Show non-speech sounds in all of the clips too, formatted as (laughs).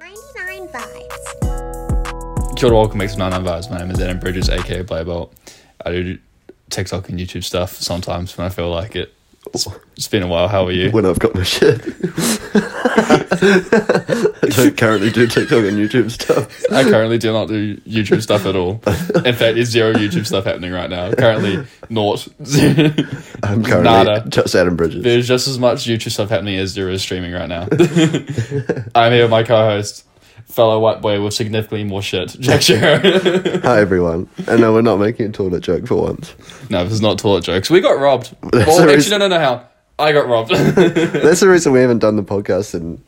99 vibes. Kia ora, welcome back to 99 Vibes. My name is Adam Bridges, aka Playbolt. I do TikTok and YouTube stuff sometimes when I feel like it. It's been a while. How are you? when I've got my shit. I don't currently do TikTok and YouTube stuff. I currently do not do YouTube stuff at all. In fact, there's zero YouTube stuff happening right now. Currently, naught. (laughs) I'm currently Nada. just Adam Bridges. there's just as much YouTube stuff happening as there is streaming right now. (laughs) I'm here with my co-host, fellow white boy with significantly more shit, Jack Shearer. Hi everyone. And no, we're not making a toilet joke for once. (laughs) no, this is not toilet jokes. We got robbed. That's Well, actually, the no, reason- no, no, how? I got robbed. (laughs) is That's the reason we haven't done the podcast in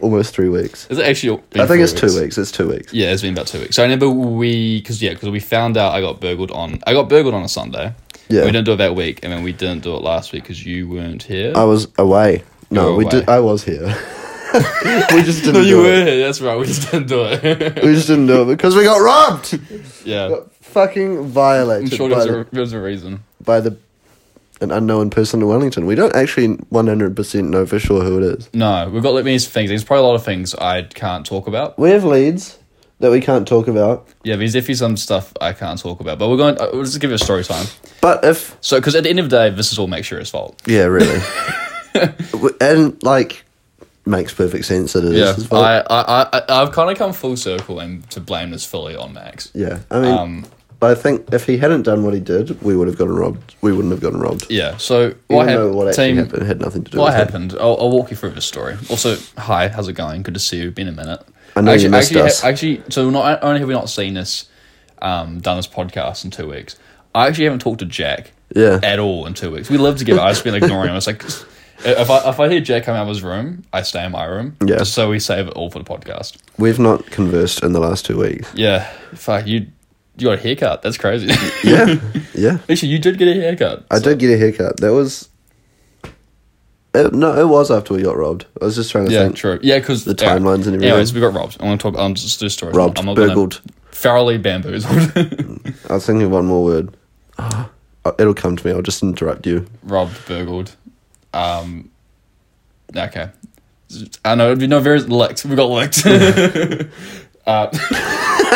almost three weeks. it actually? been I think four it's two weeks. It's two weeks. Yeah, it's been about two weeks. So I remember we, because yeah, because we found out I got burgled on. I got burgled on a Sunday. Yeah. We didn't do it that week, and then we didn't do it last week because you weren't here. (laughs) I was away. No, were we away. did. I was here. (laughs) we just didn't. no, you do were It. here. That's right. We (laughs) just didn't do it. (laughs) We just didn't do it because we got robbed. yeah. Got fucking I'm violated sure there by, was, the, a, there was a reason. by the an unknown person in Wellington. We don't actually one hundred percent know for sure who it is. No, we've got like many things. There's probably a lot of things I can't talk about. We have leads that we can't talk about. Yeah, there's definitely some stuff I can't talk about. But we're going. Uh, we'll just give it a story time. But if So, because at the end of the day, this is all make sure it's fault. (laughs) yeah, really, W- (laughs) and like makes perfect sense that it is. Yeah, his fault. I, I, I, I- I've kind of come full circle and to blame this fully on Max. yeah. I mean, Um, I think if he hadn't done what he did, we would have gotten robbed. We wouldn't have gotten robbed. Yeah. So Even what, hap- though what actually team, happened had nothing to do What with it. happened? I'll, I'll walk you through the story. Also, hi, how's it going? Good to see you. Been a minute. I know you actually, missed actually, us. ha- actually, so not only have we not seen this, um, done this podcast in two weeks, I actually haven't talked to Jack Yeah. at all in two weeks. We live together. I've just been ignoring him. It's like if I if I hear Jack come out of his room, I stay in my room. Yeah. Just so we save it all for the podcast. We've not conversed in the last two weeks. Yeah. Fuck you. You got a haircut. That's crazy. (laughs) Yeah, (laughs) yeah. actually, you did get a haircut. I did get a haircut. That was. It, no, it was after we got robbed. I was just trying to Yeah, think. true. Yeah, because The timelines and everything. Anyways, we got robbed. I want to talk. I'm just do stories. Robbed, I'm gonna- burgled. Thoroughly bamboozled. (laughs) I was thinking one more (gasps) word. Oh, It'll come to me. I'll just interrupt you. robbed, burgled. Um, okay. I know. You know, very licked. We got licked. uh, (laughs) no,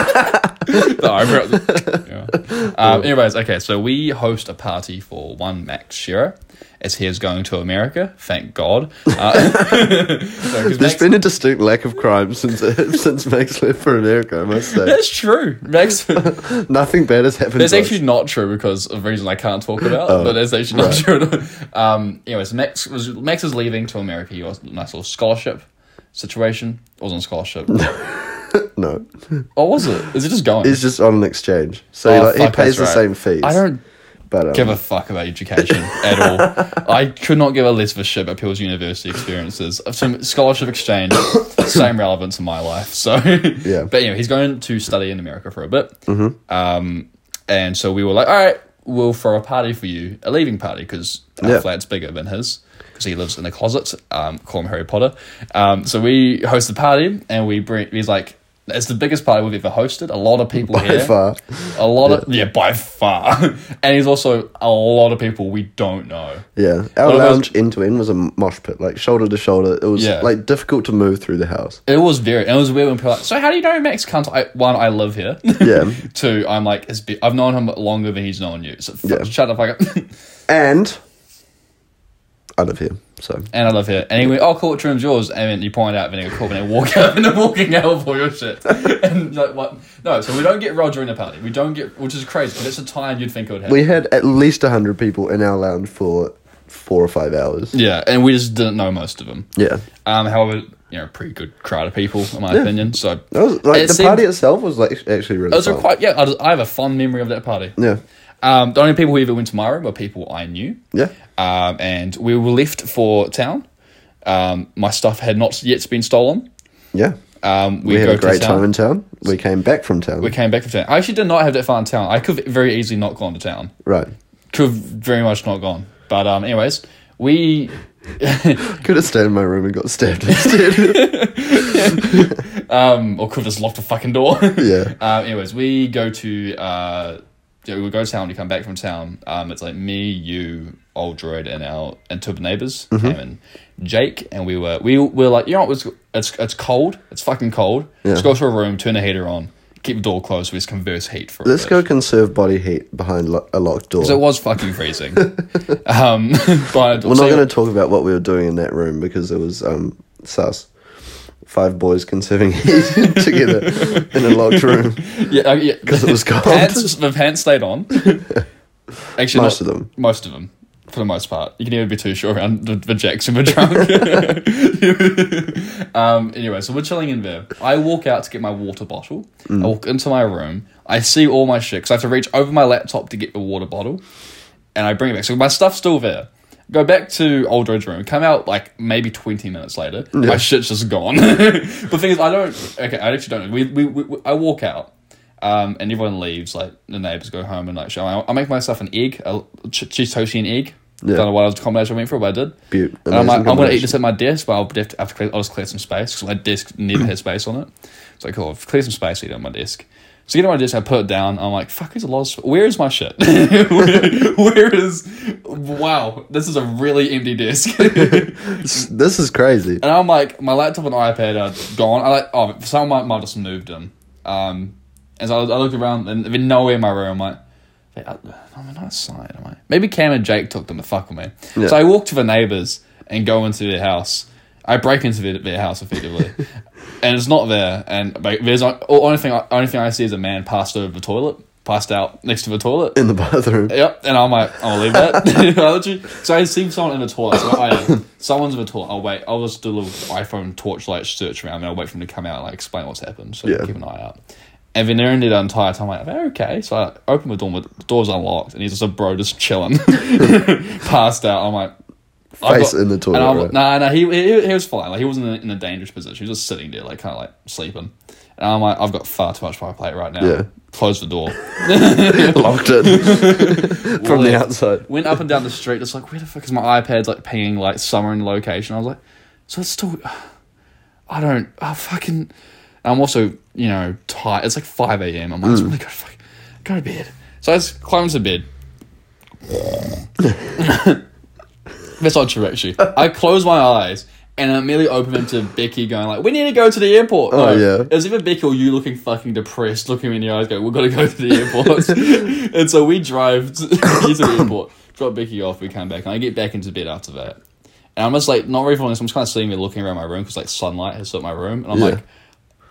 I forgot- yeah. um, anyways, okay. So we host a party for one Max Shearer, as he is going to America. Thank God. Uh, (laughs) so, 'cause There's Max- been a distinct lack of crime since (laughs) since Max left for America. I must (laughs) say, that's true. (laughs) Max. nothing bad has happened. That's to us. actually not true because of reason I can't talk about, Oh, but that's actually not true. um, anyways, Max was Max is leaving to America. He was a nice little scholarship situation. It wasn't a (laughs) scholarship. no. or was it? Is it just going? He's just on an exchange, so Oh, like, he fuck, pays the that's right. same fees. I don't But um, (laughs) give a fuck about education at all. I could not give a less of a shit about people's university experiences. Some scholarship (coughs) exchange, same relevance in my life. So yeah. (laughs) But anyway, he's going to study in America for a bit. Mm-hmm. Um, and so we were like, all right, we'll throw a party for you, a leaving party because our Yeah. flat's bigger than his. Because he lives in a closet, um, call him Harry Potter. Um, so we host the party, and we bring. He's like, it's the biggest party we've ever hosted. A lot of people by here far, a lot of yeah, by far, (laughs) and he's also a lot of people we don't know. yeah. Our Well, it was- lounge end to end was a mosh pit, like shoulder to shoulder. It was Yeah. like difficult to move through the house. It was very, and it was weird when people are like, so how do you know Max Cunt? I, one, I live here. Yeah. (laughs) Two, I'm like, it's be- I've known him longer than he's known you. So f- Yeah. shut the fuck up. (laughs) And I live here, so and I live here. And he went, oh, cool, which room's yours? And then you point out, and then cool, and then walk (laughs) out, and then walking out for your shit. (laughs) And like, what? No, so we don't get rolled during the party. We don't get, which is crazy, but it's a time you'd think it would happen. we had at least hundred people in our lounge for four or five hours. yeah, and we just didn't know most of them. Yeah. Um, however, you know, pretty good crowd of people, in my opinion. So That was like It the seemed- party itself was like actually really. Those are fun. quite yeah. I, just- I have a fond memory of that party. Yeah. Um, the only people who ever went to my room were people I knew. Yeah. Um, and we were left for town. Um, my stuff had not yet been stolen. Yeah. Um, we, we had go a great to town. time in town. We came back from town. we came back from town. I actually did not have that far in town. I could have very easily not gone to town. right. Could have very much not gone. But um, anyways, we Could have stayed in my room and got stabbed (laughs) instead. um, or could have just locked the fucking door. (laughs) yeah. Um, anyways, we go to uh, yeah, we would go to town. When you come back from town, um, it's like me, you, old droid, and our and two of the neighbors, Mm-hmm. Cam and Jake, and we were we were like, you know, what, it's it's it's cold. It's fucking cold. Let's go to a room, turn the heater on, keep the door closed. We just converse heat for. a Let's bit. go conserve body heat behind lo- a locked door. 'Cause it was fucking freezing. (laughs) um, (laughs) but We're not going to talk about what we were doing in that room because it was um, sus. Five boys conserving (laughs) heat together in a (laughs) locked room. yeah, uh, yeah, because (laughs) it was cold. Pants, the pants stayed on. Actually, not- Most of them. Most of them, for the most part. You can never be too sure around the, the Jackson were drunk. (laughs) um. Anyway, so we're chilling in there. I walk out to get my water bottle. Mm. I walk into my room. I see all my shit because I have to reach over my laptop to get the water bottle, and I bring it back. So my stuff's still there. Go back to Old Road's room. Come out like maybe twenty minutes later. My shit's just gone. (laughs) the thing is, I don't. Okay, I actually don't. know. We, we, we, we- I walk out, um, and everyone leaves. Like the neighbors go home and like. show- I, I make myself an egg, a ch- cheese toasty and egg. Yeah. Don't know what other combination I went for, but I did. Beaut. And I'm, like, Um, Amazing I'm gonna eat combination. this at my desk, but I'll def- have to clear, I'll just clear some space because my desk never has space on it. It's like, cool, I've cleared some space, eat it on my desk. So you know my desk, I put it down. I'm like, fuck, there's a lot of. Sp- Where is my shit? (laughs) Where- where is? Wow, this is a really empty desk. (laughs) This is crazy. And I'm like, my laptop and iPad are gone. I like, oh, someone might, might have just moved them. Um, and so I, was- I looked around and there'd been nowhere in my room. I'm like, "Wait, I- I'm not outside, am I? Maybe Cam and Jake took them to fuck with me. So I walk to the neighbors and go into their house. I break into their, their house effectively, and it's not there. And like, there's on- o- only thing I- only thing I see is a man passed over the toilet, passed out next to the toilet. In the bathroom. Yep, and I'm like, I'll leave (laughs) that. I literally- so I see someone in the toilet. So I, someone's in the toilet. I'll wait. I'll just do a little iPhone torchlight search around, and I'll wait for them to come out and like explain what's happened. So Yeah. keep an eye out. And then they're in there the entire time. I'm like, "They're okay. So I open the door, but the door's unlocked, and he's just a bro just chilling, (laughs) passed out. I'm like, I've Face in the toilet, and I'm- right? Nah, nah, he, he he was fine. Like he wasn't in a, in a dangerous position. He was just sitting there, like kind of like sleeping. And I'm like, I've got far too much on my plate right now. Yeah. Close the door. Locked (laughs) it from the Well, outside. went up and down the street. Just like, where the fuck is my iPad's like pinging like somewhere in location? I was like, so it's still. I don't. I fucking. I'm also you know tired. It's like five a.m. Mm. I'm like, I just want to go to fuck, go to bed. So I just climbs to bed. (laughs) That's not true actually. I close my eyes. And I immediately open them to Becky going like, "We need to go to the airport." Oh, yeah. It was either Becky or you looking fucking depressed, looking me in the eyes, going, "We've got to go to the (laughs) airport." and so we drive to, to the airport, drop Becky off, we come back, and I get back into bed after that. And I'm just like not really feeling this. I'm just kind of sitting there looking around my room because like sunlight has hit my room, and I'm Yeah. like,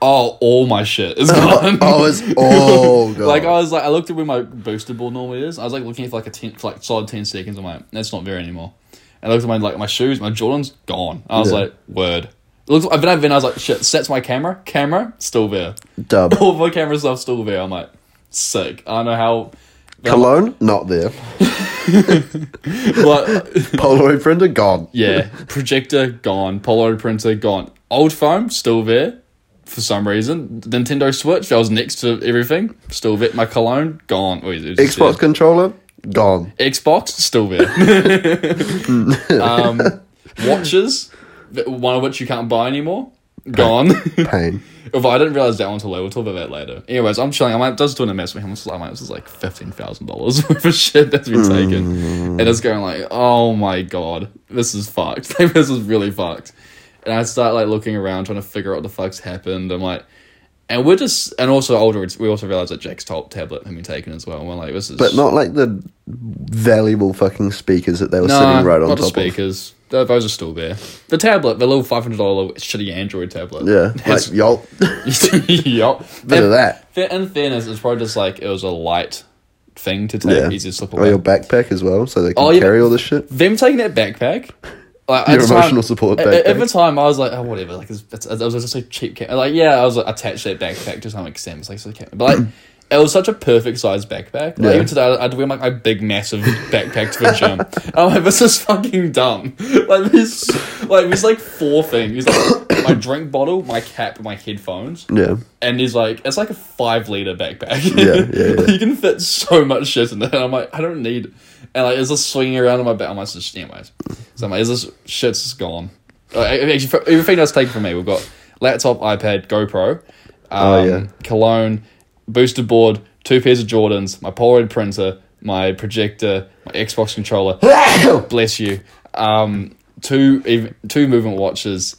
"Oh, all my shit (laughs) is gone." Oh, it's all gone. (laughs) Like I was like, I looked at where my booster ball normally is. I was like looking for like a ten, for like solid ten seconds. I'm like, that's not there anymore. And I looked at my like my shoes, my Jordans gone. I was Yeah. like, word. It looks. I've been. I was like, shit. Sets my camera. Camera still there. Dub. (laughs) All my camera stuff still there. I'm like, sick. I don't know how. Cologne? Not there. Like, Polaroid printer? Gone. Yeah, (laughs) projector gone, Polaroid printer gone, old phone still there for some reason. Nintendo Switch that was next to everything still there. My cologne gone. Wait, it was just Xbox controller? Gone. there. Xbox still there. um, watches, th- one of which you can't buy anymore, gone. (laughs) Pain. If I didn't realize that until later, we'll talk about that later. Anyways, I'm chilling. I might just doing a mess with him. I'm just like, mate, this is like fifteen thousand dollars (laughs) worth of shit that's been taken, and it's going like, oh my god, this is fucked. (laughs) Like, this is really fucked. And I start like looking around trying to figure out what the fuck's happened. I'm like, and we're just, and also older. it's- We also realize that Jack's top tablet had been taken as well. And we're like, this is But not like the valuable fucking speakers that they were Nah, sitting right on not the top of. speakers. Th- Those are still there. The tablet, the little five hundred dollar shitty Android tablet. (laughs) Yeah. Like, It's- y'all. (laughs) yup. Bit of that. Fa- In fairness, it's probably just like it was a light thing to take, Yeah. Oh, easy to slip Or away. your backpack as well, so they can Oh, yeah, carry but- all this shit. Them taking that backpack, like, at Your the time- emotional support a- a- At, backpack. the time, I was like, oh whatever, like it's, it's, it was just a cheap ca- Like yeah, I was like attached that backpack to some extent. It's like, so ca- but (clears throat) like. It was such a perfect size backpack. Like, Yeah. Even today, I- I'd wear like my big, massive backpack to the gym. (laughs) And I'm like, this is fucking dumb. (laughs) Like there's, like there's like four things: like my drink bottle, my cap, my headphones, Yeah. and he's like, it's like a five liter backpack. (laughs) yeah, yeah. you can fit so much shit in there. And I'm like, I don't need. And like, it's just swinging around in my back. I'm like, just, anyways. So I'm like, is this shit's just gone? Like, I- actually, for- everything that's taken from me, we've got laptop, iPad, GoPro, um, Oh, yeah. cologne, booster board, two pairs of Jordans, my Polaroid printer, my projector, my Xbox (laughs) controller. bless you. Um, two ev- two movement watches,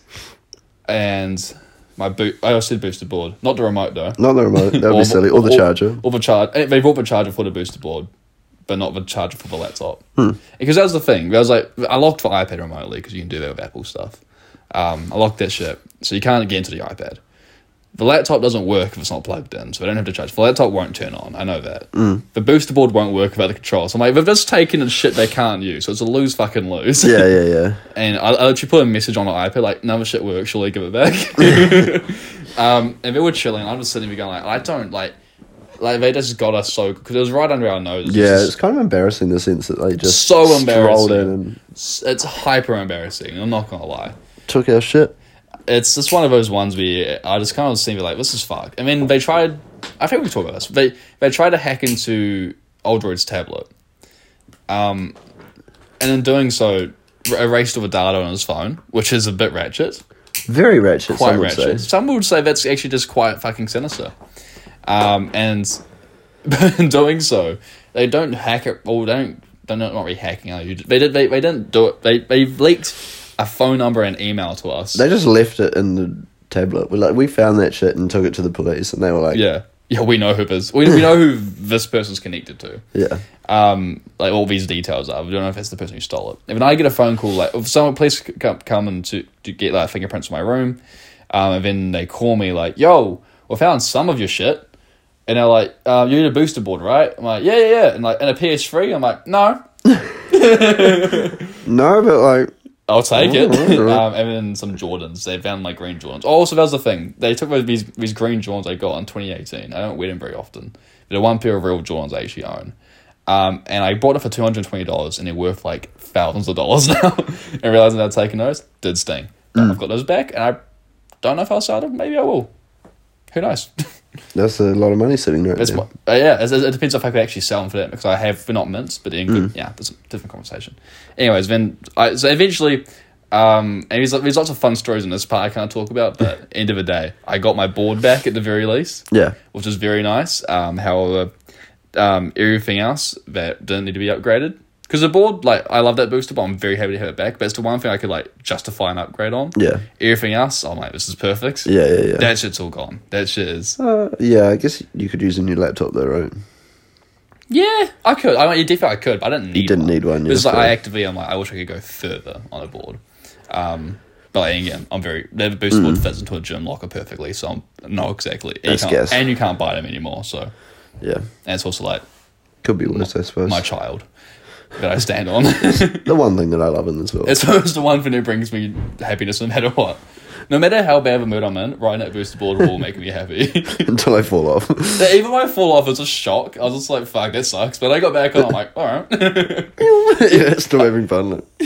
and my boot. I also said booster board, not the remote though. Not the remote. (laughs) That would be silly. Or the charger. Or the charger. They brought the charger for the booster board, but not the charger for the laptop. Hmm. Because that was the thing. I was like, I locked for iPad remotely because you can do that with Apple stuff. Um, I locked that shit, so you can't get into the iPad. The laptop doesn't work if it's not plugged in, so I don't have to charge. The laptop won't turn on. I know that. Hmm. The booster board won't work without the controls. I'm like, they've just taken the shit they can't use, so it's a lose fucking lose. (laughs) Yeah, yeah, yeah. And I, I literally put a message on the iPad like, none of the shit works, surely give it back. (laughs) um, and they were chilling. I'm just sitting there going like, I don't like, like they just got us so because it was right under our nose. Yeah, it's, it's just- kind of embarrassing in the sense that they just So strolled in embarrassing. and it's, it's hyper embarrassing. I'm not gonna lie. took our shit. It's just one of those ones where I just kind of seem like this is fuck. I mean, they tried. I think we talked about this. They they tried to hack into Aldroyd's tablet, um, and in doing so, r- erased all the data on his phone, which is a bit ratchet. Very ratchet. quite some would ratchet. say. Some would say that's actually just quite fucking sinister. Um, and (laughs) in doing so, they don't hack it. Well, they don't. They're not, not really hacking. Are you? They did. They, they didn't do it. They they leaked a phone number and email to us. They just left it in the tablet. We like we found that shit and took it to the police, and they were like, yeah, yeah. We know who this. We, we know who this person's connected to. yeah. um, like all these details are. We don't know if it's the person who stole it. If I get a phone call, like if someone please c- come come and to, to get like fingerprints in my room, um, and then they call me like, "Yo, we found some of your shit," and they're like, um, "You need a booster board, right?" I'm like, "Yeah, yeah, yeah," and like, "And a PS3?" I'm like, "No, No, but like, I'll take it. Alright, (laughs) alright. um, and then some Jordans. They found like green Jordans. Oh, so that was the thing. They took those- these these green Jordans I got in 2018. I don't wear them very often. They're one pair of real Jordans I actually own. Um, and I bought it for two hundred twenty dollars, and they're worth like thousands of dollars (laughs) now. and realizing I'd taken those did sting. But I've got those back, and I don't know if I'll sell them. Maybe I will. Who knows? (laughs) that's a lot of money sitting right That's there. what, uh, yeah, it, it depends if I could actually sell them for that because I have they're not mints, but they're in Mm. good, yeah, that's a different conversation. Anyways, then I so eventually, um, and there's, there's lots of fun stories in this part I can't talk about, but (laughs) end of the day, I got my board back at the very least, yeah, which is very nice. Um, however, um, everything else that didn't need to be upgraded because the board, like, I love that booster, but I'm very happy to have it back. But it's the one thing I could like justify an upgrade on. yeah, Everything else, I'm like, this is perfect. yeah, yeah, yeah. That shit's all gone. That shit is. uh, yeah, I guess you could use a new laptop though, right? Yeah, I could. I mean, definitely I could, but I didn't need. didn't one. need one, It was yeah, like so- I actively, I'm like, I wish I could go further on a board. Um, but like, again, I'm very the booster board fits into a gym locker perfectly, so I'm not exactly. and you Mm. That's can't- gas. And you can't buy them anymore, so and Yeah, it's also like could be worse, I suppose. my child that I stand on. (laughs) the one thing that I love in this world. it's always the one thing that brings me happiness, no matter what. No matter how bad of a mood I'm in, riding that booster board will make me happy. (laughs) (laughs) until I fall off. (laughs) Yeah, Even when I fall off, it's a shock. I was just like, "Fuck, that sucks." But I got back on. I'm like, "All right." yeah, it's still having fun, like. (laughs)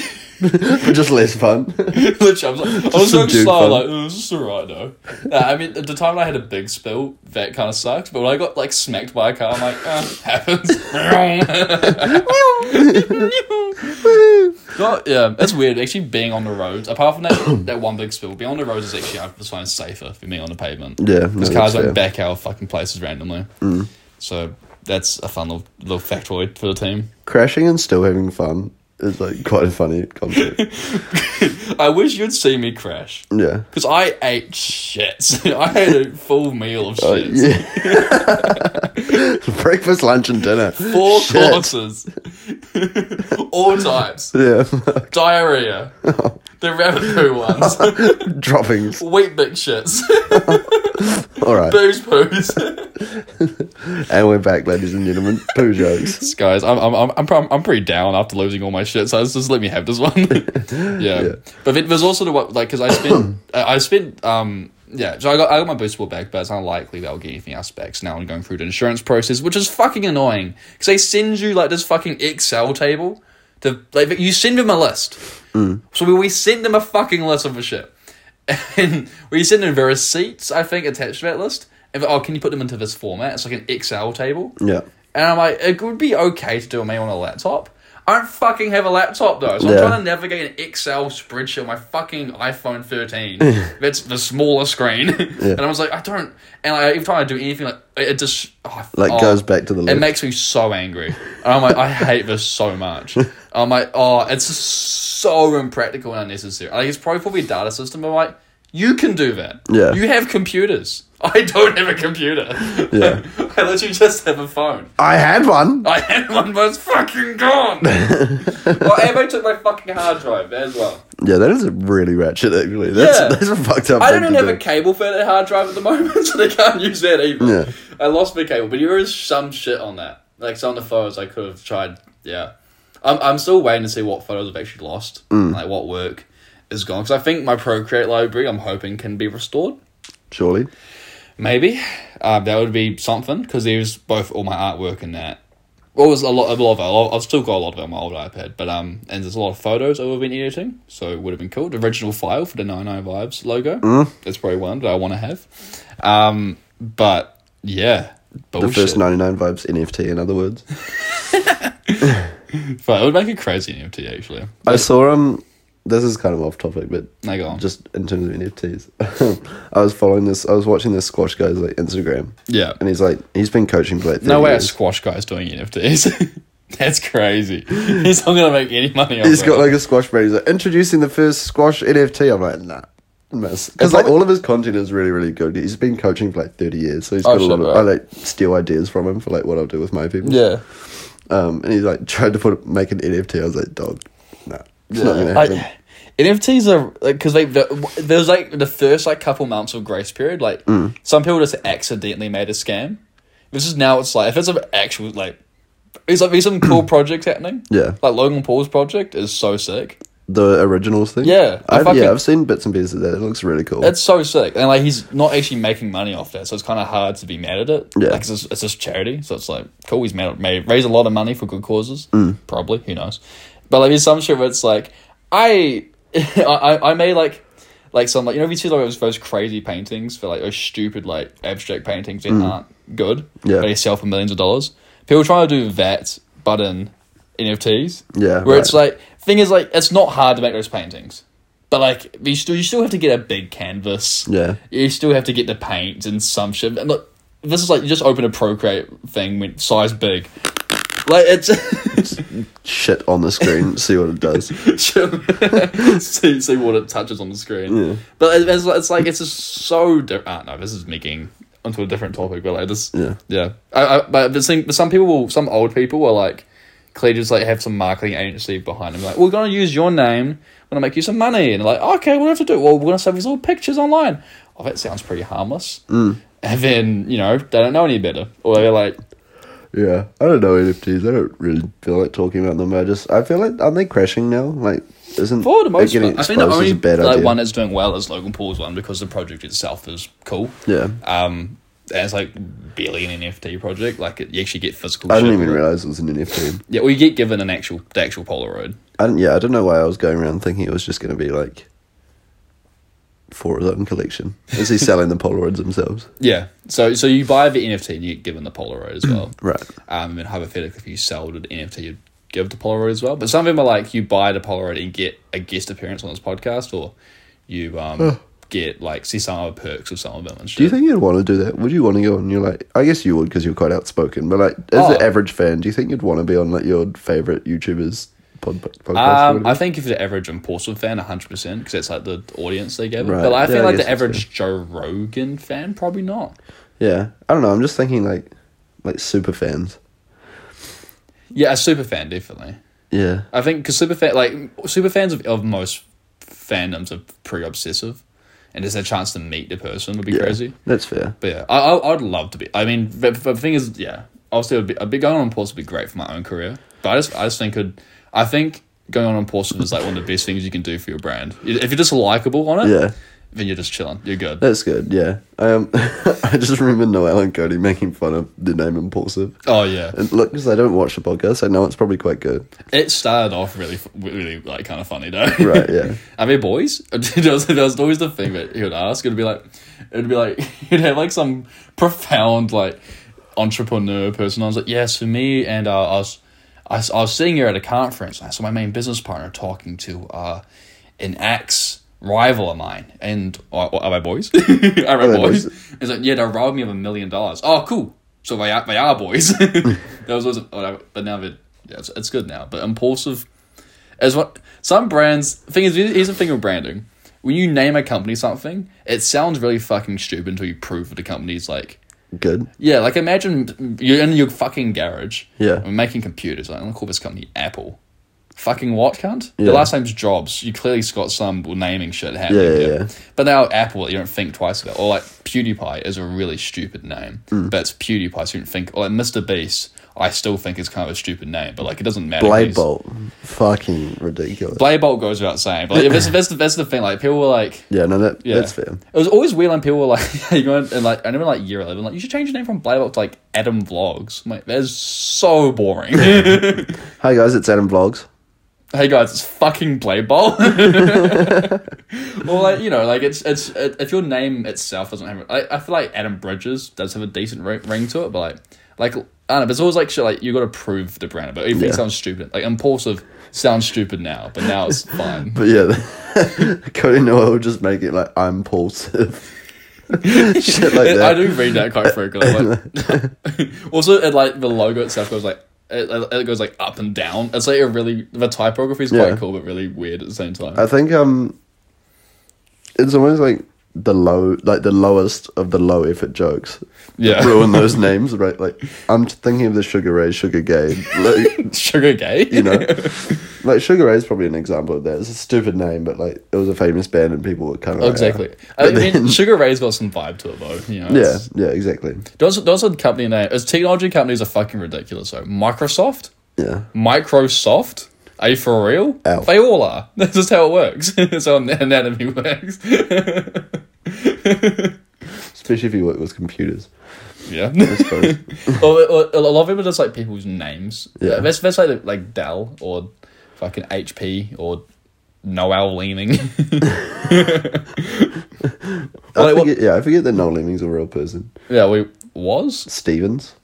but just less fun. (laughs) Literally, I was like, I was going subdued slow, fun. like, oh, this is alright though. Nah, I mean, at the time when I had a big spill, that kind of sucked, but when I got, like, smacked by a car, I'm like, ah, (laughs) happens. Not, yeah, it's weird, actually, being on the roads, apart from that, (coughs) that one big spill, being on the roads is actually, I just find safer than being on the pavement. yeah, Because no, cars that's fair. Mm. don't back out of fucking places randomly. So, that's a fun little, little factoid for the team. crashing and still having fun is like quite a funny (laughs) concept. I wish you'd see me crash. yeah. Because I ate shit. (laughs) I had a full meal of shit. Uh, yeah. (laughs) Breakfast, lunch, and dinner. Four Shit. courses. (laughs) All types. Yeah. (laughs) Diarrhea. the rabbit poo ones. (laughs) Droppings. Wheat bix shits. (laughs) All right. Booze poos. And we're back, ladies and gentlemen. Poo jokes. (laughs) Guys, I'm, I'm, I'm, I'm, prob- I'm pretty down after losing all my shit, so just let me have this one. (laughs) yeah. But it was also the what, like, because I spent, (coughs) I I spent, um, yeah, so I got, I got my booster board back, but it's unlikely that I'll get anything else back. So now I'm going through the insurance process, which is fucking annoying. Because they send you, like, this fucking Excel table. To, like, you send them a list. So we, we sent them a fucking list of the shit. (laughs) And we sent them various seats, I think, attached to that list. And, oh, can you put them into this format? It's like an Excel table. Yeah. And I'm like, it would be okay to do it maybe on a laptop. I don't fucking have a laptop though, so Yeah. I'm trying to navigate an Excel spreadsheet on my fucking iPhone (laughs) 13. That's the smaller screen, and I was like, I don't. And I, every time I do anything, like it it just oh, Like oh. goes back to the It left. makes me so angry. And I'm like, I hate this so (laughs) much. I'm like, oh, it's just so impractical and unnecessary. Like, it's probably probably a data system, but I'm like, you can do that. Yeah. You have computers. (laughs) I don't have a computer. Yeah. (laughs) I literally just have a phone. I had (laughs) one. I had one, but it's fucking gone. well, Ambo took my fucking hard drive as well. Yeah, that is really ratchet. Actually, that's Yeah. that's a fucked up. I thing don't even to have do. a cable for that hard drive at the moment, (laughs) so they can't use that either. Yeah. I lost my cable, but there is some shit on that. Like some of the photos I could have tried. Yeah, I'm I'm still waiting to see what photos I've actually lost, like what work is gone. Because I think my Procreate library, I'm hoping, can be restored. Surely. Maybe uh, that would be something because there's both all my artwork and that. Well, it was a lot, a lot of it. a lot- I've still got a lot of it on my old iPad, but um, and there's a lot of photos I would have been editing, so it would have been cool. The original file for the Nine Nine Vibes logo. Mm-hmm. That's probably one that I want to have. Um, but yeah, The bullshit. first 99 vibes NFT, in other words. But it would make a crazy NFT actually. I saw um this is kind of off topic, but No, go on. just in terms of NFTs. (laughs) I was following this I was watching this squash guy's like Instagram. yeah. And he's like he's been coaching for like 30 No way, a years. squash guy's doing NFTs. (laughs) That's crazy. (laughs) He's not gonna make any money. off He's it. got like a squash brand. He's like introducing the first squash NFT. I'm like, nah. Miss. Because It's like probably- all of his content is really, really good. He's been coaching for like 30 years, so he's Oh, got a lot shit, of. right. I like steal ideas from him for like what I'll do with my people. yeah. Um, and he's like tried to put make an NFT. I was like, dog, nah, it's not gonna happen. I, NFTs are because they there's like the first like couple months of grace period. Like Mm. some people just accidentally made a scam. This is now it's like if it's an actual like it's like there's some (clears throat) cool projects happening. Yeah. like Logan Paul's project is so sick. the originals thing. Yeah, I I've, fucking- yeah, I've seen bits and pieces of that. It looks really cool. It's so sick, and like he's not actually making money off that, so it's kind of hard to be mad at it. Yeah. like, it's, just, it's just charity, so it's like cool. He's made, made raise a lot of money for good causes, Mm. probably. Who knows? But like there's some shit where it's like I (laughs) I- I I made like like some like you know if you see like those, those crazy paintings for like those stupid like abstract paintings that aren't good, Mm. Yeah. but they sell for millions of dollars. People trying to do that, but in NFTs, Yeah, where it's right. like thing is like it's not hard to make those paintings. But like you still you still have to get a big canvas. Yeah. You still have to get the paint and some shit. And look, this is like you just open a Procreate thing when size big. Like it's (laughs) Shit on the screen. see what it does. (laughs) see, see what it touches on the screen. But it- it's, like- it's like it's just so different. Ah, no, this is making onto a different topic. But like this, Yeah. yeah. I, I, but the thing, but some people will, some old people will like, clearly just like have some marketing agency behind them. Like, we're gonna use your name. We're gonna make you some money, and they're like, okay, what do I have to do? Well, we're gonna save these little pictures online. Oh, that sounds pretty harmless. Mm. And then you know they don't know any better, or they're like, Yeah, I don't know NFTs. I don't really feel like talking about them. I just I feel like aren't they crashing now? Like isn't For the most getting part, I think the exposed is only a bad like idea? one that's doing well is Logan Paul's one because the project itself is cool. Yeah. Um, and it's like barely an NFT project. Like it, you actually get physical. I didn't shit even with it. realize it was an NFT. Yeah, well, you get given an actual the actual Polaroid. I didn't, yeah, I don't know why I was going around thinking it was just going to be like for his own collection. Is he selling the Polaroids themselves? Yeah. So so you buy the NFT and you get given the Polaroid (clears throat) as well. Right. Um, and hypothetically, if you sold an NFT, you'd give the Polaroid as well. But some of them are like you buy the Polaroid and get a guest appearance on this podcast, or you um get like see some other perks of some of them. And shit. Do you think you'd want to do that? Would you want to go on your like? I guess you would because you're quite outspoken. But like, as Oh. an average fan, do you think you'd want to be on like your favorite YouTubers pod, podcast? or Um, whatever? I think if you're the average Impulsive fan, 100% because that's like the audience they gave it. Right. But like, I Yeah, feel I like guess the that's average Joe Rogan fan, probably not. yeah, I don't know. I'm just thinking like, like super fans. Yeah, a super fan, definitely. Yeah, I think because super fan, like, super fans of, of most fandoms are pretty obsessive. And just a chance to meet the person would be yeah, crazy. That's fair. But yeah, I, I, I'd love to be. I mean, the, the thing is, yeah, obviously, it'd be, I'd be going on Impulsive would be great for my own career. But I just, I just think it, I think going on Impulsive is like one of the best things you can do for your brand. If you're just likable on it, Yeah. then you're just chilling. You're good. That's good. Yeah. Um, (laughs) I just remember Noel and Cody making fun of the name impulsive. Oh yeah, And look, because I don't watch the podcast, I know it's probably quite good. it started off really, f- really like kind of funny though. (laughs) Right, yeah. Are they boys? that, was, that was always the thing that he would ask. It'd be like, it'd be like (laughs) he'd have like some profound like entrepreneur person. I was like, yes, for me and uh, us. I, s- I was sitting here at a conference, and I saw my main business partner talking to uh, an ex rival of mine, and uh, are my boys? (laughs) are my they boys? boys? He's like, yeah, they robbed me of a million dollars. Oh, cool. So they are, they are boys. (laughs) that was, was whatever. but now that yeah, it's, it's good now. But impulsive as what some brands thing is here's the thing with branding. When you name a company something, it sounds really fucking stupid until you prove that the company's like Good. yeah, like imagine you're in your fucking garage. Yeah. We're making computers. Like, I'm gonna call this company Apple. Fucking what, cunt? Yeah. Your last name's Jobs. You clearly got some naming shit happening. Yeah, yeah, here. yeah. But now Apple, you don't think twice about. Or like PewDiePie is a really stupid name, Hmm. but it's PewDiePie. So you don't think. Or like Mr. Beast, I still think is kind of a stupid name, but like it doesn't matter. Blade He's- Bolt. Fucking ridiculous. Blade Bolt goes without saying. But like, (laughs) that's, that's, the, that's the thing. Like people were like, yeah, no, that yeah. that's fair. It was always weird when people were like, (laughs) you going and like I remember like year eleven, like you should change your name from Bladebox to like Adam Vlogs. I'm like that is so (laughs) boring. hey Hi guys, it's Adam Vlogs. guys, it's fucking (laughs) Bladeball. or like you know, like it's it's it, if your name itself doesn't have. I, I feel like Adam Bridges does have a decent ri- ring to it, but like like I don't know. But it's always like shit. Like you got to prove the brand, but everything Yeah. sounds stupid. Like impulsive sounds stupid now, but now (laughs) it's fine. But yeah, Cody Noel will just make it like I'm pulsive. Shit like I that. do read that quite frequently. (laughs) Like, (laughs) also, it, like the logo itself goes like it, it goes like up and down. It's like a really the typography is quite Yeah. cool, but really weird at the same time. I think um, it's almost like the low, like the lowest of the low effort jokes. Yeah. (laughs) ruin those names, right? Like I'm thinking of the Sugar Ray, Sugar Gay. (laughs) Like, Sugar gay, you know, (laughs) like Sugar Ray is probably an example of that. It's a stupid name, but like it was a famous band and people were kind (laughs) of (laughs) exactly. I But mean, (laughs) then- Sugar Ray's got some vibe to it though. You know, yeah, it's- yeah, exactly. Those those are the company name. As technology companies are fucking ridiculous though. Microsoft, Yeah, Microsoft. Are you for real? Ow. They all are. (laughs) That's just how it works. (laughs) That's how anatomy works. (laughs) especially if you work with computers. Yeah. (laughs) I suppose. or, or, a lot of people just like people's names. Yeah. Yeah. That's, that's like like Dell or fucking HP or Noel Leaning. I Like, what- forget, yeah, I forget that Noel Leeming's a real person. (laughs) yeah, we was Stevens.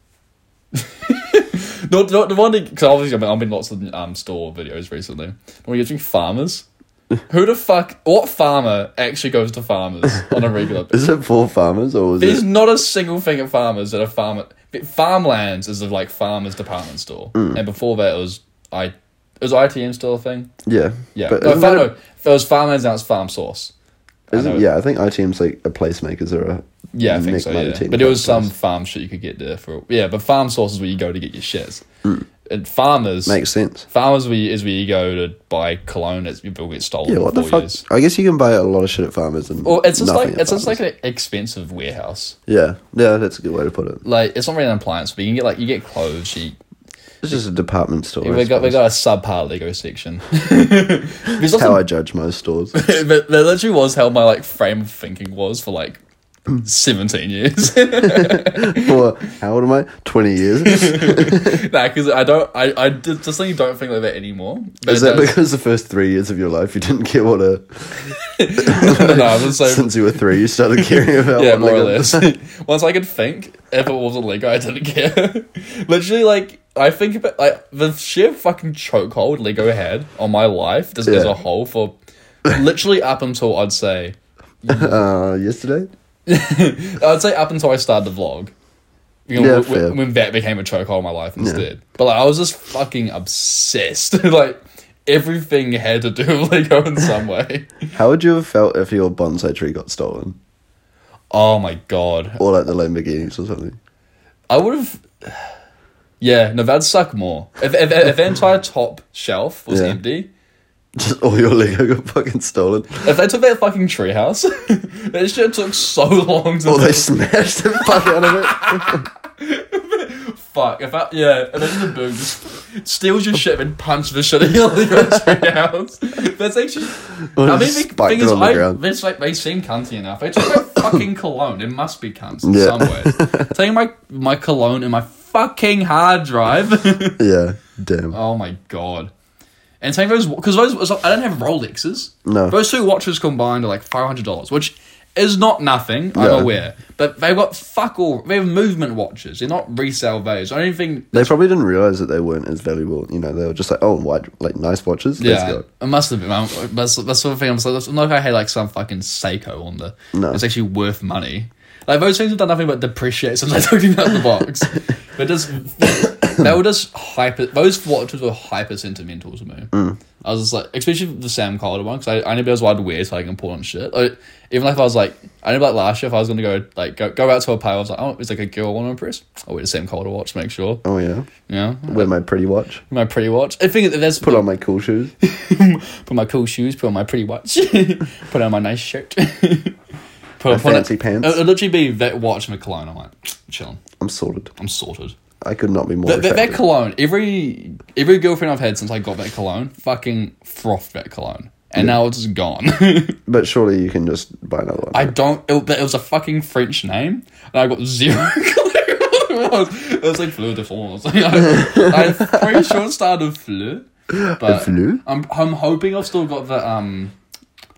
not not the one because obviously I've been, I've been lots of um store videos recently. When you're doing farmers, who the fuck? What farmer actually goes to farmers on a (laughs) regular? basis? Is it for farmers or is There's it? not a single thing at farmers that a farmer farmlands is a like farmers department store, Mm. and before that it was I it was ITM still a thing. Yeah, Yeah, But no, isn't far, that a- no, if it was farmlands, now it's farm source. I Isn't, know. yeah, I think ITM's like a placemakers or a Yeah, I think Nick so. might Yeah. have taken But there was um, that some place. farm shit you could get there for. Yeah, but farm source is where you go to get your shits. And farmers, Mm. makes sense. farmers where you, is where you go to buy cologne that people get stolen. Yeah, for what the four fuck? years. I guess you can buy a lot of shit at farmers and Well, it's just nothing like at it's just farmers. like an expensive warehouse. yeah, yeah, that's a good way to put it. Like it's not really an appliance, but you can get like you get clothes. You It's just a department store. I we got we suppose. got a subpar Lego section. (laughs) There's That's how also- I judge most stores. that, that literally was how my like frame of thinking was for like Mm. seventeen years. (laughs) or how old am I? Twenty years. Is nah, because I don't, I, I just just think you don't think like that anymore. But it that does- because the first three years of your life you didn't care what a (laughs) no, I was like, since you were three you (laughs) started caring about? yeah, what more or Lego- (laughs) less. (laughs) Once I could think, if it was a Lego, I didn't care. (laughs) Literally, like I think about like the sheer fucking chokehold Lego had on my life, just as Yeah. a whole, for literally up until I'd say, Uh, yesterday. I'd say up until I started the vlog. You Yeah, know, wh- fair. when, that became a chokehold in my life instead. But like, I was just fucking obsessed. (laughs) like everything had to do with Lego in some way. (laughs) How would you have felt if your bonsai tree got stolen, Oh my god. or like the Lamborghinis or something? I would have. Yeah, no, that'd suck more. If, if, if the entire top shelf was Yeah. empty, Just all your Lego got fucking stolen, if they took that fucking treehouse, (laughs) that shit took so long to or they smashed the fuck out of (laughs) it. fuck. If I, yeah, and then the boom just steals your shit and punches the shit out of (laughs) your treehouse. That's actually. Or I mean, just the spiked thing it is, on the I, ground. this, like, they seem cunty enough. They took my fucking cologne. It must be cunts in Yeah. some way. (laughs) Taking my, my cologne and my fucking hard drive. (laughs) Yeah, damn. Oh my god. And saying those because those I don't have Rolexes. No. Those two watches combined are like five hundred dollars, which is not nothing. No. I'm aware, but they've got fuck all. They have movement watches. They're not resale values. I don't think. They probably didn't realize that they weren't as valuable. You know, they were just like, oh, white, like nice watches. Let's Yeah, go. it must have been. um, That's, that's sort of thing. I'm so- it's not like I had like some fucking Seiko on the. No. It's actually worth money. Like those things have done nothing but depreciate since I took them out of the (laughs) box. but just they were just hyper. Those watches were hyper sentimental to me. Mm. I was just like, especially the Sam Calder one, because I, I knew that was what I'd wear to like important shit. Like, even like if I was like, I knew like last year if I was gonna go like go, go out to a party, I was like, oh, it's like a girl I want to impress. I'll wear the Sam Calder watch, to make sure. Oh, yeah. Yeah, Wear my pretty watch. my pretty watch. I think that that's Put on my cool shoes. put my cool shoes, put on my pretty watch, (laughs) put on my nice shirt, (laughs) put on fancy it, pants. It'll literally be that watch and a cologne. I'm like, chilling. I'm sorted. I'm sorted. I could not be more That, that, that attractive. cologne, every every girlfriend I've had since I got that cologne, fucking frothed that cologne, and now it's gone. (laughs) but surely you can just buy another one. I don't. It, but it was a fucking French name, and I got zero (laughs) clue what it was. It was like Fleur de France. (laughs) Like, I, I'm pretty sure it started with Fleur, but Fleur? I'm I'm hoping I've still got the um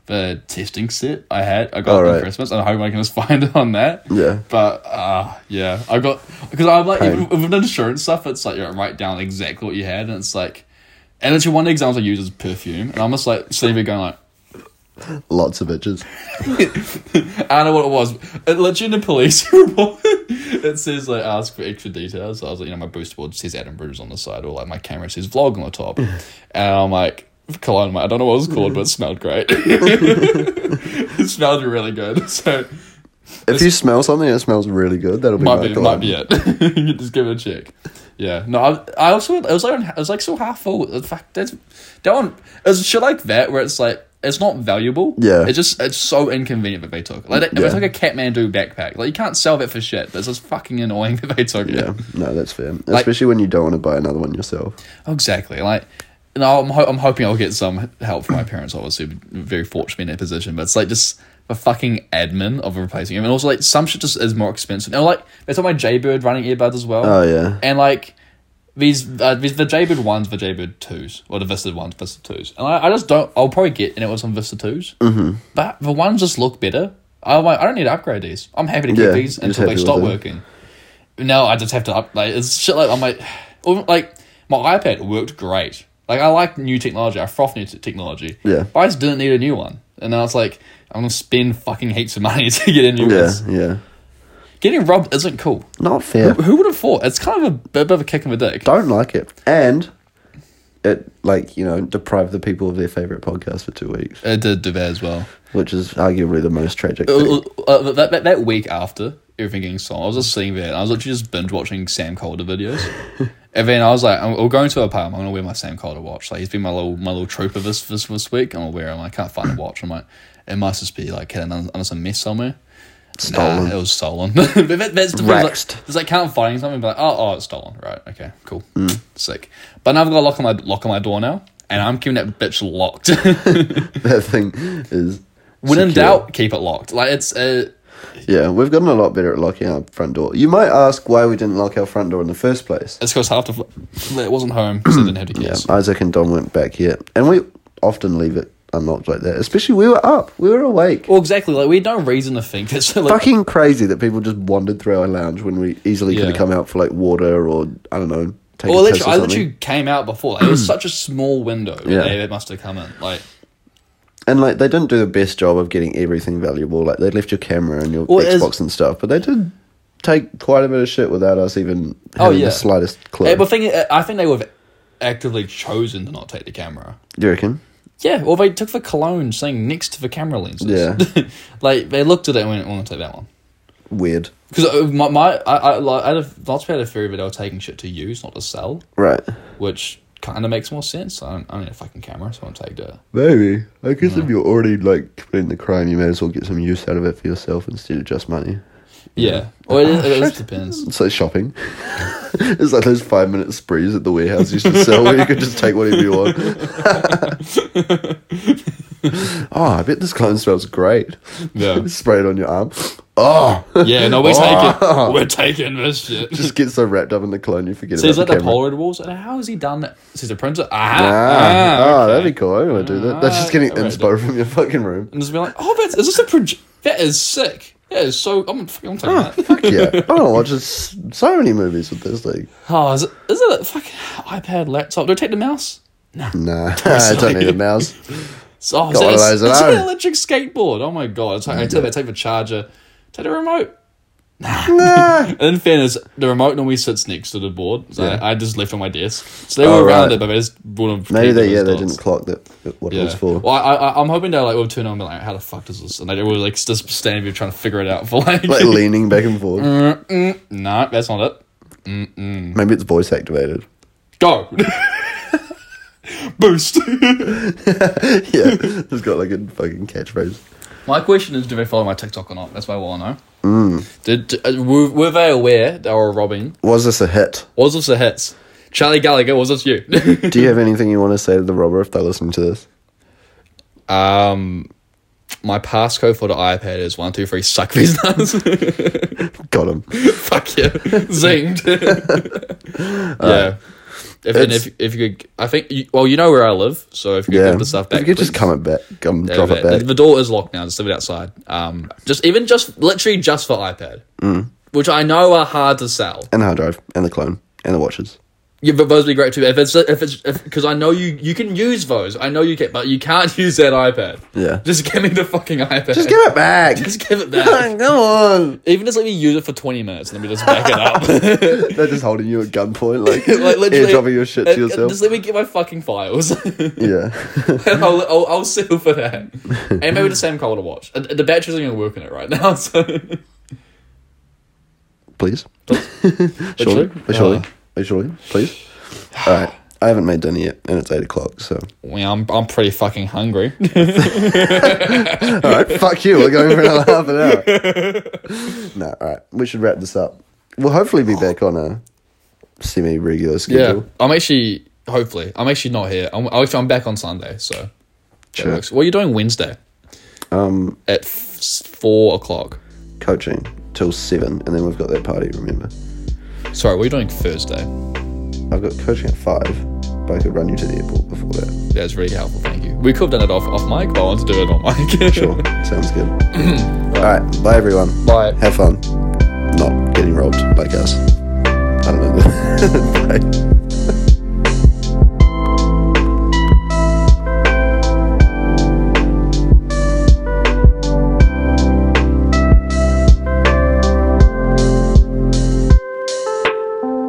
the testing set I had. I got All it right. for Christmas, and I hope I can just (laughs) find it on that. Yeah. But uh yeah, I got because I'm like Hey. even with insurance stuff, it's like you know, write down exactly what you had, and it's like, and literally one of the examples I use is perfume, and I'm just like sitting there going like. Lots of bitches. I don't know what it was. It literally in the police report. it says like ask for extra details. So I was like, you know, my booster board says Adam Bruce on the side, or like my camera says vlog on the top, and I'm like, cologne. I'm like, I don't know what it was called, but it smelled great. (laughs) it smelled really good. (laughs) So If you smell something that smells really good, that'll be might my be cologne. might be it. (laughs) you just give it a check. Yeah. No, I, I also it was like it was like so half full. In fact, that's that one is shit like that where it's like it's not valuable. Yeah. It's just it's so inconvenient that they took. it. Like if Yeah. they took a Catmandu backpack, like you can't sell that for shit. But it's just fucking annoying (laughs) that they took Yeah, it. no, that's fair. Especially when you don't want to buy another one yourself. Exactly. Like. No, I'm, ho- I'm hoping I'll get some help from my parents. Obviously, very fortunate in that position, but it's like just the fucking admin of replacing them, and also like some shit just is more expensive. And like they talk about Jaybird running earbuds as well. Oh yeah, And like these, uh, these the Jaybird ones, the Jaybird twos, or the Vista ones, Vista twos. And I, I just don't. I'll probably get and it was on Vista 2s Mm-hmm. But the ones just look better. I like, I don't need to upgrade these. I'm happy to keep Yeah, these you're just until they happy with stop them. working. No, I just have to up. Like it's shit. Like I'm like, or, like my iPad worked great. Like I like new technology. I froth new t- technology. Yeah. But I just didn't need a new one. And then I was like, I'm gonna spend fucking heaps of money (laughs) to get a new yeah, one. yeah. Getting robbed isn't cool. Not fair. Who would have thought? It's kind of a bit of a kick in the dick. don't like it, and it like you know deprived the people of their favorite podcast for two weeks, It did do that Uh, as well. which is arguably the most tragic. Uh, Thing. uh, that, that, that week after everything getting sold, I was just sitting there and I was literally just binge watching Sam Calder (laughs) videos. and then I was like, I'm, I'm going to a pub. I'm gonna wear my Sam Calder watch. Like he's been my little my little trooper this this, this week. I'm aware. I'm like, I can't find a watch. I'm like, it must just be like had another, another mess somewhere. Stolen. Nah, it was stolen. (laughs) but that, that's the thing, Raxed. Like, it's like can't finding something, but like, oh, oh, it's stolen. Right, okay, cool, Hmm. sick. But now I've got a lock on my lock on my door now, and I'm keeping that bitch locked. (laughs) (laughs) That thing is. When in secure. doubt, keep it locked. Like it's uh, yeah, we've gotten a lot better at locking our front door. You might ask why we didn't lock our front door in the first place. it's because half the fl- it wasn't home because they didn't have the Yeah, keys. Isaac and Don went back here, and we often leave it unlocked like that. Especially we were up, we were awake. Well, exactly. Like we had no reason to think that. So, like, fucking crazy that people just wandered through our lounge when we easily could Yeah. have come out for like water or I don't know. Take well, a piss literally, or I something. literally came out before. Like, it was such a small window. Yeah. Yeah, they, they must have come in. Like, and like they didn't do the best job of getting everything valuable. Like they left your camera and your Well, it is- Xbox and stuff, but they did take quite a bit of shit without us even Oh, having yeah. the slightest clue. eh, but thing, eh, I think they would have actively chosen to not take the camera. do you reckon? Yeah, or they took the cologne thing next to the camera lenses. Yeah. (laughs) like they looked at it and went, "I want to take that one." Weird, Because my, my I, I, like, I had a, lots of people had a theory that they were taking shit to use, not to sell. right? which kind of makes more sense. I don't, I don't need a fucking camera, so I'm take it. Maybe. I guess if you're already like committing the crime, you may as well get some use out of it for yourself instead of just money. Yeah, or it, it, it just depends. It's like shopping. (laughs) it's like those five minute sprees at the warehouse you used to sell where you could just take whatever (laughs) you want. oh, I bet this cologne smells great. Yeah, (laughs) Spray it on your arm. Oh, yeah. No, we're taking we're taking this shit. just get so wrapped up in the cologne you forget So he's about like the the camera. Polaroid walls, and how has he done that? So he's a printer. Ah, Ah, ah, oh, okay. Ah, that'd be cool. I want to do that. That's just getting Alright. inspo from your fucking room. And just be like, oh, that's, is this a project? That is sick. That is so. I'm, I'm taking that. (laughs) Fuck yeah. I want to watch s- so many movies with this thing. Oh, is it, is it a fucking iPad, laptop? Do I take the mouse? (laughs) Nah, I don't need a mouse. It's- Oh, Got one of is those that a- at it's an home. electric skateboard. Oh my god. It's like, I take, I take the charger, take the remote. Nah. And in fairness, the remote normally sits next to the board. So Yeah. I, I just left it on my desk. So they Oh, were around right. it, but they just wouldn't. Maybe keep they it yeah as they dots. didn't clock that what it was Yeah. for. Well, I, I, I'm hoping they like will turn on and be like, how the fuck does this? And they were like just standing there trying to figure it out for like, (laughs) Like leaning back and forth. Mm. no, that's not it. Maybe it's voice activated. Go. (laughs) Boost. (laughs) (laughs) yeah, it's got like a fucking catchphrase. my question is, do they follow my TikTok or not? That's what I want to know. Did uh, were, were they aware they were robbing? Was this a hit? Was this the hits? Charlie Gallagher, was this you? (laughs) Do you have anything you want to say to the robber if they're listening to this? um, my passcode for the iPad is one two three. Suck these nuts. Got him. Fuck (laughs) yeah, zinged. (laughs) yeah. If, and Uh, It's- if if you could, I think you, well, you know where I live, so if you could Yeah. give the stuff back, if you could just please. come it back, come Yeah, drop the, it back. the- the door is locked now. Just leave it outside. Um, just even just literally just for iPad, Mm. which I know are hard to sell. and the hard drive, and the clone, and the watches. Yeah, but those would be great too. If it's if it's because I know you you can use those. I know you can, but you can't (laughs) use that iPad. Yeah. just give me the fucking iPad. Just give it (laughs) back. (laughs) Just give it back. Come on. even just let me use it for twenty minutes and then we just back it (laughs) up. They're just holding you at gunpoint, like, (laughs) like literally airdropping your shit uh, to uh, yourself. Just let me get my fucking files. (laughs) and yeah. (laughs) I'll, I'll I'll settle for that. And maybe the same color to watch. Uh, The batteries aren't even working it right now. (laughs) So please. Literally? (laughs) Surely. Wait, Surely. Uh. Wait, Surely. Please. All right. I haven't made dinner yet, and it's eight o'clock. So, well, I'm I'm pretty fucking hungry. all (laughs) right, fuck you. We're going for another half an hour. No, all right. We should wrap this up. We'll hopefully be back on a semi-regular yeah, schedule. (laughs) I'm actually hopefully I'm actually not here. I'm I'm actually- I'm back on Sunday, so that Sure. works. What are you doing Wednesday? Um, at f- four o'clock. Coaching till seven, and then we've got that party. Remember, Sorry, what are you doing Thursday? I've got coaching at five, but I could run you to the airport before that. That's really helpful. Thank you. We could have done it off off mic, but I want to do it on mic. Sure, (laughs) sounds good. all right, bye everyone. (laughs) Bye. Have fun. Not getting robbed like us. I don't know. (laughs) bye.